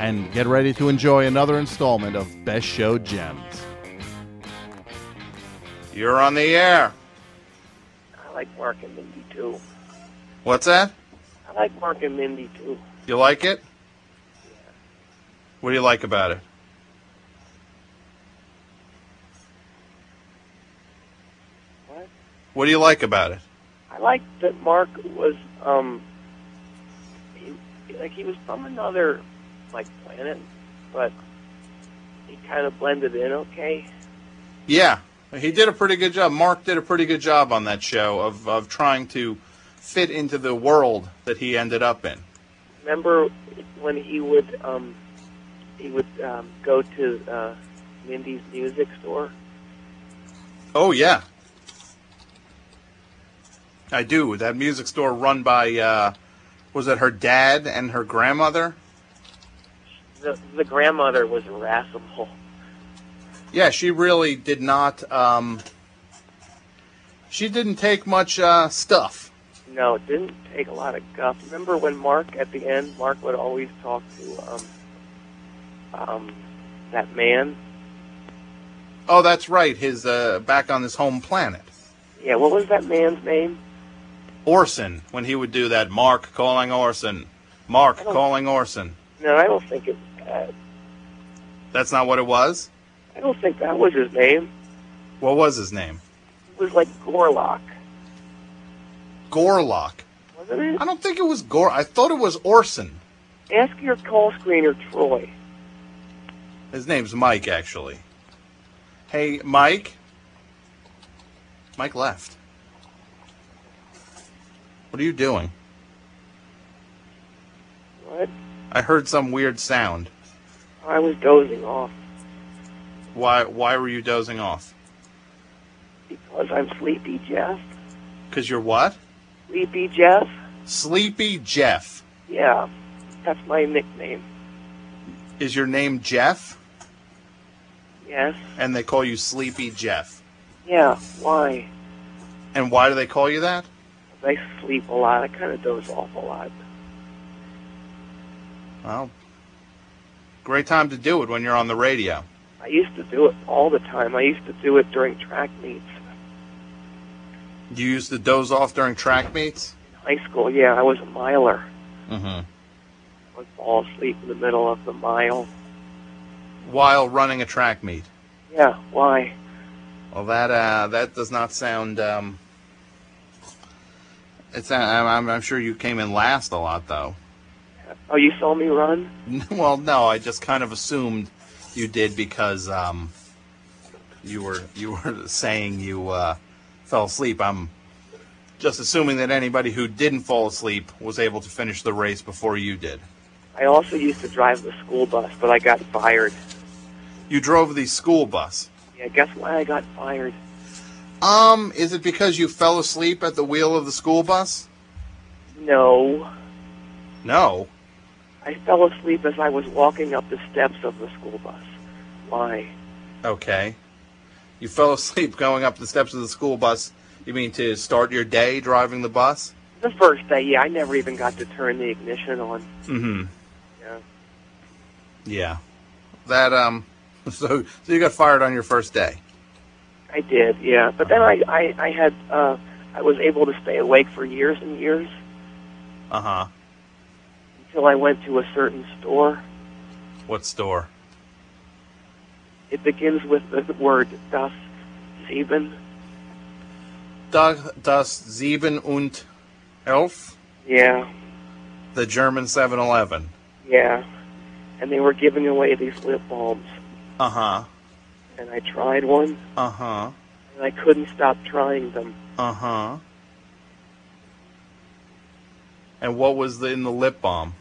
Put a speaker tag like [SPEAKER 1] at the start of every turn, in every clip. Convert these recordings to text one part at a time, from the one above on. [SPEAKER 1] and get ready to enjoy another installment of Best Show Gems.
[SPEAKER 2] You're on the air.
[SPEAKER 3] I like Mark and Mindy too.
[SPEAKER 2] What's that?
[SPEAKER 3] I like Mark and Mindy too.
[SPEAKER 2] You like it? What do you like about it?
[SPEAKER 3] What?
[SPEAKER 2] What do you like about it?
[SPEAKER 3] I like that Mark was um, he, like he was from another like planet, but he kind of blended in okay.
[SPEAKER 2] Yeah, he did a pretty good job. Mark did a pretty good job on that show of, of trying to fit into the world that he ended up in.
[SPEAKER 3] Remember when he would um, he would um, go to uh, Mindy's music store?
[SPEAKER 2] Oh, yeah. I do. That music store run by, uh, was it her dad and her grandmother?
[SPEAKER 3] The, the grandmother was irascible.
[SPEAKER 2] Yeah, she really did not, um, she didn't take much uh, stuff.
[SPEAKER 3] No, it didn't take a lot of guff. Remember when Mark at the end, Mark would always talk to um, um, that man.
[SPEAKER 2] Oh, that's right. His uh, back on his home planet,
[SPEAKER 3] Yeah, what was that man's name?
[SPEAKER 2] Orson. When he would do that, Mark calling Orson, Mark
[SPEAKER 3] I don't-
[SPEAKER 2] calling Orson.
[SPEAKER 3] No, I don't think it. Uh,
[SPEAKER 2] That's not what it was.
[SPEAKER 3] I don't think that was his name.
[SPEAKER 2] What was his name?
[SPEAKER 3] It was like Gorlock,
[SPEAKER 2] Gorlock.
[SPEAKER 3] wasn't it?
[SPEAKER 2] I don't think it was Gor. I thought it was Orson.
[SPEAKER 3] Ask your call screener, Troy.
[SPEAKER 2] His name's Mike, actually. Hey, Mike. Mike left. What are you doing?
[SPEAKER 3] What?
[SPEAKER 2] I heard some weird sound.
[SPEAKER 3] I was dozing off
[SPEAKER 2] Why? Why were you dozing off?
[SPEAKER 3] because I'm sleepy, Jeff.
[SPEAKER 2] Cause you're what?
[SPEAKER 3] Sleepy Jeff.
[SPEAKER 2] Sleepy Jeff.
[SPEAKER 3] Yeah, that's my nickname.
[SPEAKER 2] Is your name Jeff?
[SPEAKER 3] Yes.
[SPEAKER 2] And they call you Sleepy Jeff.
[SPEAKER 3] Yeah. Why?
[SPEAKER 2] And why do they call you that?
[SPEAKER 3] 'Cause I sleep a lot. I kind of doze off a lot.
[SPEAKER 2] Well, great time to do it when you're on the radio.
[SPEAKER 3] I used to do it all the time. I used to do it during track meets
[SPEAKER 2] You used to doze off during track meets?
[SPEAKER 3] in high school. Yeah, I was a miler.
[SPEAKER 2] Mm-hmm.
[SPEAKER 3] I would fall asleep in the middle of the mile.
[SPEAKER 2] While running a track meet.
[SPEAKER 3] Yeah, why?
[SPEAKER 2] Well, that uh, that does not sound. Um, it's. Uh, I'm, I'm sure you came in last a lot, though.
[SPEAKER 3] Oh, you saw me run?
[SPEAKER 2] well, no, I just kind of assumed you did because um, you were you were saying you uh, fell asleep. I'm just assuming that anybody who didn't fall asleep was able to finish the race before you did.
[SPEAKER 3] I also used to drive the school bus, but I got fired.
[SPEAKER 2] You drove the school bus.
[SPEAKER 3] Yeah, guess why I got fired?
[SPEAKER 2] Um, is it because you fell asleep at the wheel of the school bus?
[SPEAKER 3] No.
[SPEAKER 2] No.
[SPEAKER 3] I fell asleep as I was walking up the steps of the school bus. Why?
[SPEAKER 2] Okay. You fell asleep going up the steps of the school bus. You mean to start your day driving the bus?
[SPEAKER 3] The first day, yeah, I never even got to turn the ignition on.
[SPEAKER 2] Mm-hmm.
[SPEAKER 3] Yeah.
[SPEAKER 2] Yeah. That um so so you got fired on your first day.
[SPEAKER 3] I did, yeah. But then I, I, I had, uh, I was able to stay awake for years and years
[SPEAKER 2] Uh-huh.
[SPEAKER 3] until I went to a certain store.
[SPEAKER 2] What store?
[SPEAKER 3] It begins with the word Das Sieben.
[SPEAKER 2] Da- Das Sieben und Elf,
[SPEAKER 3] Yeah,
[SPEAKER 2] the German 7-Eleven.
[SPEAKER 3] yeah. And they were giving away these lip balms,
[SPEAKER 2] Uh-huh.
[SPEAKER 3] and I tried one,
[SPEAKER 2] Uh-huh.
[SPEAKER 3] and I couldn't stop trying them.
[SPEAKER 2] Uh-huh. And what was the, in the lip balm?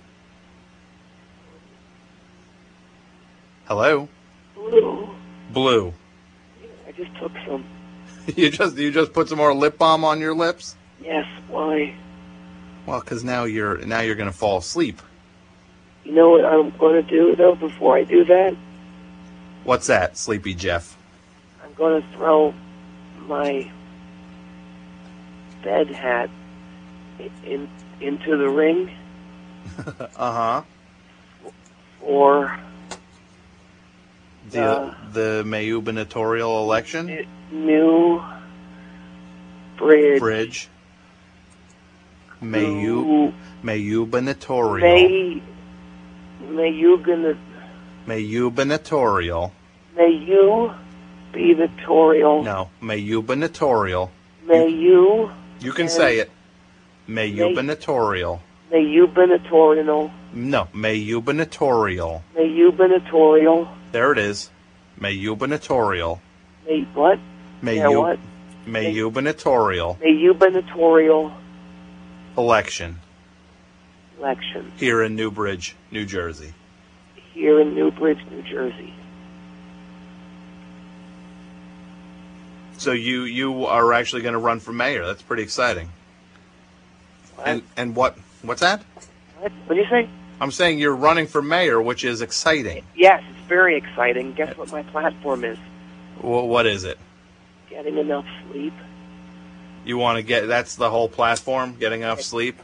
[SPEAKER 2] Hello?
[SPEAKER 3] Blue.
[SPEAKER 2] Blue.
[SPEAKER 3] I just took some.
[SPEAKER 2] You just you just put some more lip balm on your lips?
[SPEAKER 3] Yes, why?
[SPEAKER 2] Well, cuz now you're now you're going to fall asleep.
[SPEAKER 3] You know what I'm going to do, though, before I do that?
[SPEAKER 2] What's that, Sleepy Jeff?
[SPEAKER 3] I'm going to throw my bed hat i- in, into the ring
[SPEAKER 2] Uh-huh.
[SPEAKER 3] for
[SPEAKER 2] The
[SPEAKER 3] Uh.
[SPEAKER 2] the Mayubinatorial election
[SPEAKER 3] n- new bridge.
[SPEAKER 2] bridge. Mayu
[SPEAKER 3] Mayu.
[SPEAKER 2] Mayubinatorial.
[SPEAKER 3] May. May you gonna.
[SPEAKER 2] Mayubinatorial.
[SPEAKER 3] May you be victorial.
[SPEAKER 2] No, Mayubinatorial.
[SPEAKER 3] May you.
[SPEAKER 2] You can
[SPEAKER 3] And-
[SPEAKER 2] say it. Mayubinatorial.
[SPEAKER 3] May you benatorial.
[SPEAKER 2] No, Mayubinatorial.
[SPEAKER 3] May you benatorial.
[SPEAKER 2] There it is. Mayubinatorial.
[SPEAKER 3] May what? yeah,
[SPEAKER 2] Mayu
[SPEAKER 3] what?
[SPEAKER 2] Mayubinatorial
[SPEAKER 3] May you benatorial
[SPEAKER 2] election
[SPEAKER 3] election
[SPEAKER 2] here in Newbridge, New Jersey.
[SPEAKER 3] here in Newbridge, New Jersey.
[SPEAKER 2] So you you are actually going to run for mayor. That's pretty exciting.
[SPEAKER 3] What?
[SPEAKER 2] And and what what's that?
[SPEAKER 3] what? What do you say?
[SPEAKER 2] I'm saying you're running for mayor, which is exciting.
[SPEAKER 3] Yes, it's very exciting. Guess what my platform is?
[SPEAKER 2] Wh- what is it?
[SPEAKER 3] Getting enough sleep.
[SPEAKER 2] You want to get that's the whole platform, getting enough sleep.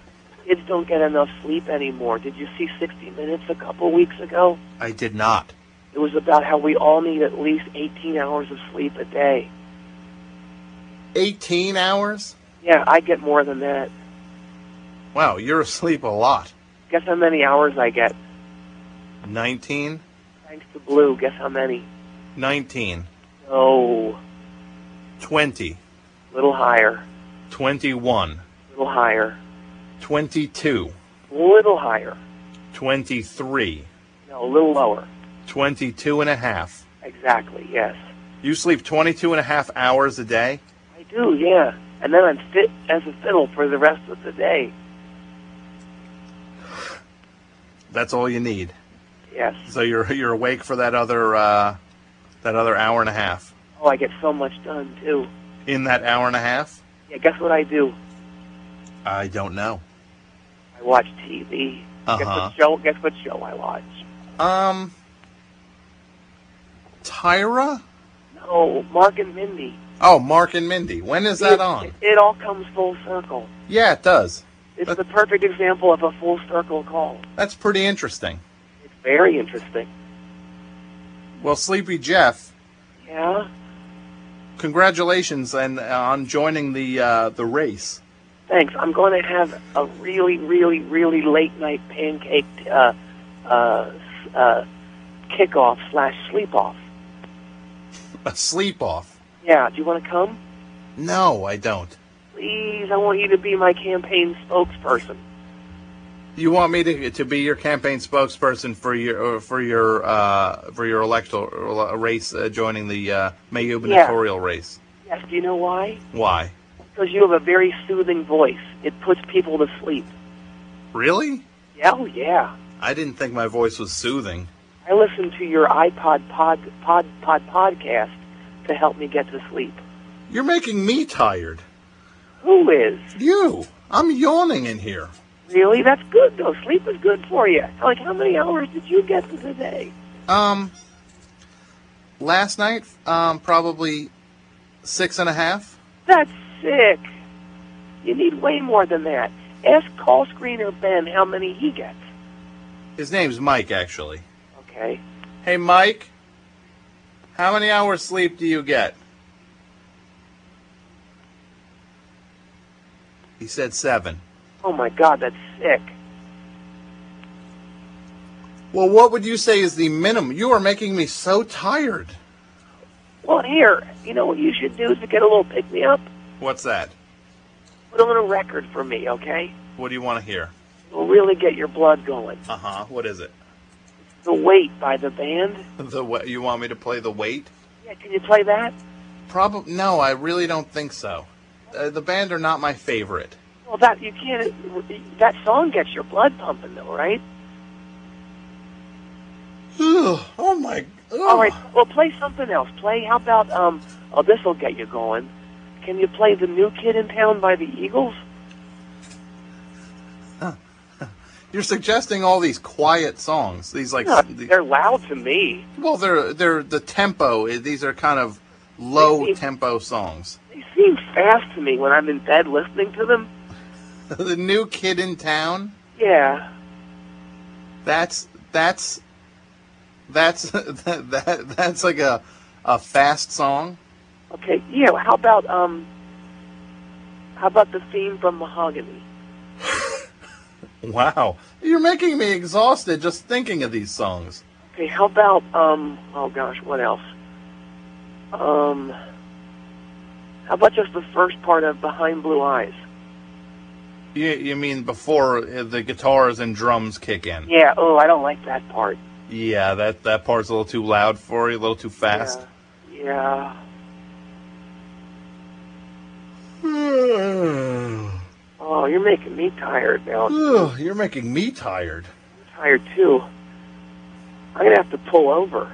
[SPEAKER 3] Kids don't get enough sleep anymore. Did you see 60 Minutes a couple weeks ago?
[SPEAKER 2] I did not.
[SPEAKER 3] It was about how we all need at least 18 hours of sleep a day.
[SPEAKER 2] 18 hours?
[SPEAKER 3] Yeah, I get more than that.
[SPEAKER 2] Wow, you're asleep a lot.
[SPEAKER 3] Guess how many hours I get?
[SPEAKER 2] 19?
[SPEAKER 3] Thanks to Blue, guess how many?
[SPEAKER 2] 19,
[SPEAKER 3] No,
[SPEAKER 2] 20,
[SPEAKER 3] little higher,
[SPEAKER 2] 21,
[SPEAKER 3] little higher,
[SPEAKER 2] 22,
[SPEAKER 3] little higher.
[SPEAKER 2] 23,
[SPEAKER 3] No, a little lower.
[SPEAKER 2] 22 and a half.
[SPEAKER 3] Exactly, yes.
[SPEAKER 2] You sleep 22 and a half hours a day?
[SPEAKER 3] I do, yeah. And then I'm fit as a fiddle for the rest of the day.
[SPEAKER 2] That's all you need.
[SPEAKER 3] Yes.
[SPEAKER 2] So you're you're awake for that other uh, that other hour and a half.
[SPEAKER 3] Oh, I get so much done, too.
[SPEAKER 2] In that hour and a half,
[SPEAKER 3] Yeah, guess what I do?
[SPEAKER 2] I don't know.
[SPEAKER 3] I watch TV. Guess
[SPEAKER 2] Uh-huh.
[SPEAKER 3] what show? Guess what show I watch?
[SPEAKER 2] Um, Tyra?
[SPEAKER 3] No, Mark and Mindy.
[SPEAKER 2] Oh, Mark and Mindy. When is that
[SPEAKER 3] It-
[SPEAKER 2] on?
[SPEAKER 3] It all comes full circle.
[SPEAKER 2] Yeah, it does.
[SPEAKER 3] It's
[SPEAKER 2] That-
[SPEAKER 3] the perfect example of a full circle call.
[SPEAKER 2] That's pretty interesting.
[SPEAKER 3] It's very interesting.
[SPEAKER 2] Well, Sleepy Jeff,
[SPEAKER 3] Yeah.
[SPEAKER 2] congratulations and uh, on joining the uh, the race.
[SPEAKER 3] Thanks. I'm going to have a really, really, really late night pancake uh, uh, s- uh, kickoff slash sleep off.
[SPEAKER 2] A sleep off.
[SPEAKER 3] Yeah. Do you want to come?
[SPEAKER 2] No, I don't.
[SPEAKER 3] Please, I want you to be my campaign spokesperson.
[SPEAKER 2] You want me to to be your campaign spokesperson for your for your uh, for your electoral race uh, joining the uh, gubernatorial race?
[SPEAKER 3] Yes. Do you know why?
[SPEAKER 2] Why?
[SPEAKER 3] Because you have a very soothing voice. It puts people to sleep.
[SPEAKER 2] Really?
[SPEAKER 3] Yeah, oh yeah.
[SPEAKER 2] I didn't think my voice was soothing.
[SPEAKER 3] I listen to your iPod pod pod pod podcast to help me get to sleep.
[SPEAKER 2] You're making me tired.
[SPEAKER 3] Who is?
[SPEAKER 2] You. I'm yawning in here.
[SPEAKER 3] Really? That's good though. Sleep is good for you. Like how many hours did you get for the day?
[SPEAKER 2] Um. Last night, um, probably six and a half.
[SPEAKER 3] That's sick. You need way more than that. Ask call screener Ben how many he gets.
[SPEAKER 2] His name's Mike, actually.
[SPEAKER 3] Okay.
[SPEAKER 2] Hey, Mike. How many hours sleep do you get? He said seven.
[SPEAKER 3] Oh my god, that's sick.
[SPEAKER 2] Well, what would you say is the minimum? You are making me so tired.
[SPEAKER 3] Well here, you know what you should do is to get a little pick me up.
[SPEAKER 2] What's that?
[SPEAKER 3] Put on a record for me, okay?
[SPEAKER 2] What do you want to hear?
[SPEAKER 3] It'll really get your blood going.
[SPEAKER 2] Uh huh. What is it?
[SPEAKER 3] The Wait by the band.
[SPEAKER 2] The wa- you want me to play the weight?
[SPEAKER 3] Yeah, can you play that?
[SPEAKER 2] Probably no. I really don't think so. Uh, the band are not my favorite.
[SPEAKER 3] Well, that you can't. That song gets your blood pumping, though, right?
[SPEAKER 2] Ugh. Ugh, oh my. Ugh.
[SPEAKER 3] All right. Well, play something else. Play. How about um? Oh, this will get you going. Can you play the new kid in town by the Eagles?
[SPEAKER 2] You're suggesting all these quiet songs. These like
[SPEAKER 3] No,
[SPEAKER 2] the-
[SPEAKER 3] they're loud to me.
[SPEAKER 2] well, they're they're the tempo. eh, These are kind of low
[SPEAKER 3] Maybe.
[SPEAKER 2] tempo songs.
[SPEAKER 3] They seem fast to me when I'm in bed listening to them.
[SPEAKER 2] the new kid in town.
[SPEAKER 3] Yeah.
[SPEAKER 2] That's that's that's that, that that's like a a fast song.
[SPEAKER 3] Okay. Yeah. How about um? How about the theme from Mahogany?
[SPEAKER 2] Wow, you're making me exhausted just thinking of these songs.
[SPEAKER 3] Okay. How about um? Oh gosh, what else? Um. How about just the first part of Behind Blue Eyes?
[SPEAKER 2] You you mean before eh, the guitars and drums kick in?
[SPEAKER 3] Yeah. Oh, I don't like that part.
[SPEAKER 2] Yeah, that that part's a little too loud for you, a little too fast.
[SPEAKER 3] Yeah. yeah. Oh, you're making me tired now. I'm
[SPEAKER 2] Ugh, you're making me tired.
[SPEAKER 3] tired too. I'm gonna have to pull over.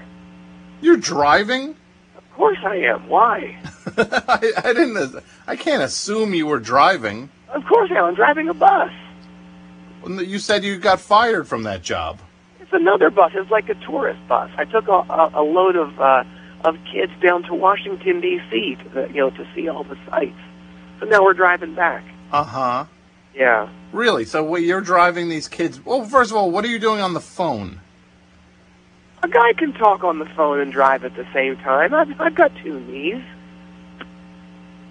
[SPEAKER 2] You're driving?
[SPEAKER 3] Of course I am. Why?
[SPEAKER 2] I, I didn't. I can't assume you were driving.
[SPEAKER 3] Of course I am. I'm driving a bus.
[SPEAKER 2] You said you got fired from that job.
[SPEAKER 3] It's another bus. It's like a tourist bus. I took a, a, a load of uh, of kids down to Washington D.C. To, the- you know to see all the sights. So now we're driving back.
[SPEAKER 2] Uh
[SPEAKER 3] Uh-huh.
[SPEAKER 2] huh.
[SPEAKER 3] Yeah.
[SPEAKER 2] Really? So wait, you're driving these kids? Well, first of all, what are you doing on the phone?
[SPEAKER 3] A guy can talk on the phone and drive at the same time. I've, I've got two knees.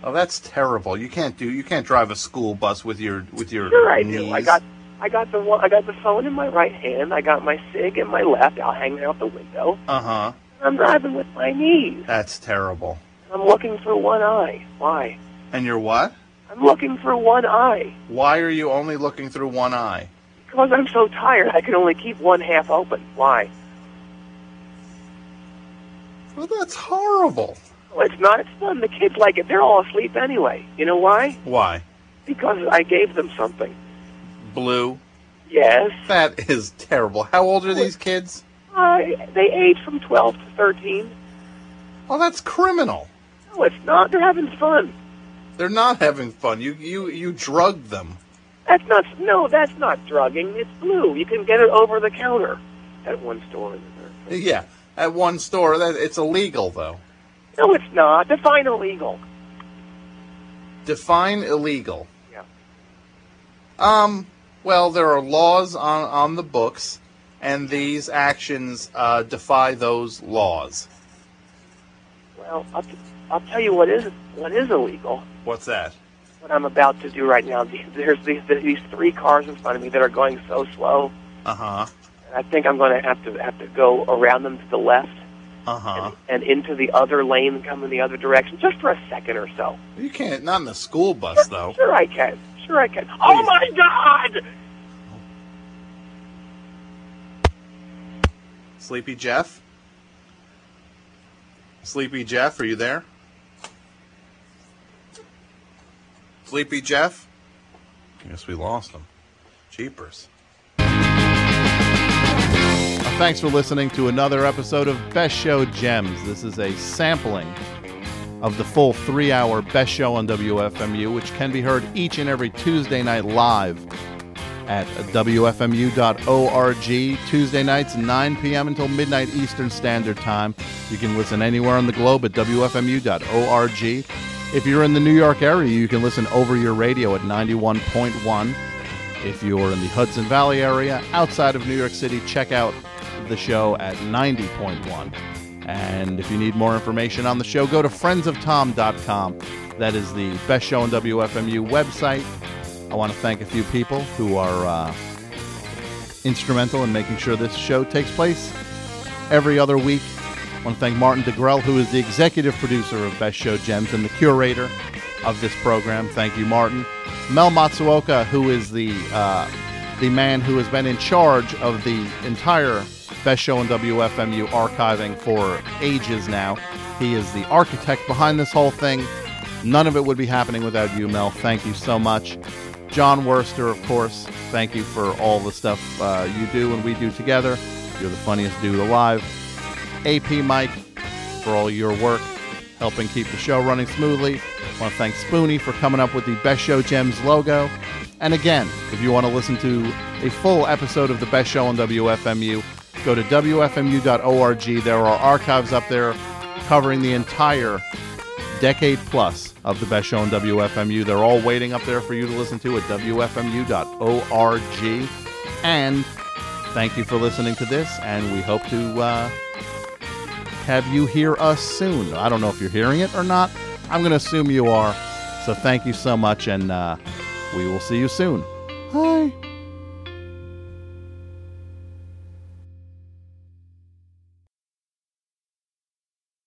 [SPEAKER 2] Oh, that's terrible. You can't do. You can't drive a school bus with your with your
[SPEAKER 3] Sure, I
[SPEAKER 2] knees.
[SPEAKER 3] do. I got, I got the one, I got the phone in my right hand. I got my cig in my left. I'll hang it out the window.
[SPEAKER 2] Uh huh.
[SPEAKER 3] I'm driving with my knees.
[SPEAKER 2] That's terrible.
[SPEAKER 3] I'm looking for one eye. Why?
[SPEAKER 2] And you're what?
[SPEAKER 3] I'm looking for one eye
[SPEAKER 2] Why are you only looking through one eye?
[SPEAKER 3] because I'm so tired. I can only keep one half open. Why?
[SPEAKER 2] Well, that's horrible.
[SPEAKER 3] Oh, it's not. It's fun. The kids like it. They're all asleep anyway. You know why?
[SPEAKER 2] Why?
[SPEAKER 3] Because I gave them something.
[SPEAKER 2] Blue.
[SPEAKER 3] Yes.
[SPEAKER 2] That is terrible. How old are these kids?
[SPEAKER 3] I, they age from 12 to 13.
[SPEAKER 2] Oh, that's criminal.
[SPEAKER 3] No, it's not. They're having fun.
[SPEAKER 2] They're not having fun. You you you drugged them.
[SPEAKER 3] That's not no, that's not drugging. It's blue. You can get it over the counter at one store. in America.
[SPEAKER 2] Yeah, at one store. That it's illegal though.
[SPEAKER 3] No, it's not. Define illegal.
[SPEAKER 2] Define illegal.
[SPEAKER 3] Yeah.
[SPEAKER 2] Um. Well, there are laws on on the books, and these actions uh, defy those laws.
[SPEAKER 3] Well, I'll, t- I'll tell you what is what is illegal.
[SPEAKER 2] What's that?
[SPEAKER 3] What I'm about to do right now. There's these these three cars in front of me that are going so slow,
[SPEAKER 2] Uh huh.
[SPEAKER 3] and I think I'm going to have to have to go around them to the left
[SPEAKER 2] Uh huh.
[SPEAKER 3] and into the other lane, and come in the other direction, just for a second or so.
[SPEAKER 2] You can't. Not in the school bus though.
[SPEAKER 3] Sure, I can. Sure, I can. Oh my God!
[SPEAKER 2] Sleepy Jeff. Sleepy Jeff, are you there? Sleepy Jeff. I guess we lost him. Jeepers.
[SPEAKER 1] Thanks for listening to another episode of Best Show Gems. This is a sampling of the full three hour Best Show on WFMU, which can be heard each and every Tuesday night live at WFMU.org, Tuesday nights, 9 p.m. until midnight Eastern Standard Time. You can listen anywhere on the globe at WFMU.org. If you're in the New York area, you can listen over your radio at 91.1. If you're in the Hudson Valley area outside of New York City, check out the show at 90.1. And if you need more information on the show, go to friendsoftom.com. That is the best show on WFMU website. I want to thank a few people who are uh, instrumental in making sure this show takes place every other week. I want to thank Martin DeGrell, who is the executive producer of Best Show Gems and the curator of this program. Thank you, Martin. Mel Matsuoka, who is the uh, the man who has been in charge of the entire Best Show and WFMU archiving for ages now. He is the architect behind this whole thing. None of it would be happening without you, Mel. Thank you so much. John Worster, of course, thank you for all the stuff uh, you do and we do together. You're the funniest dude alive. AP Mike for all your work helping keep the show running smoothly. I want to thank Spoonie for coming up with the Best Show Gems logo. And again, if you want to listen to a full episode of the Best Show on WFMU, go to WFMU.org. There are archives up there covering the entire decade plus of the best show on WFMU. They're all waiting up there for you to listen to at WFMU.org. And thank you for listening to this, and we hope to uh, have you hear us soon. I don't know if you're hearing it or not. I'm going to assume you are. So thank you so much, and uh, we will see you soon. Bye.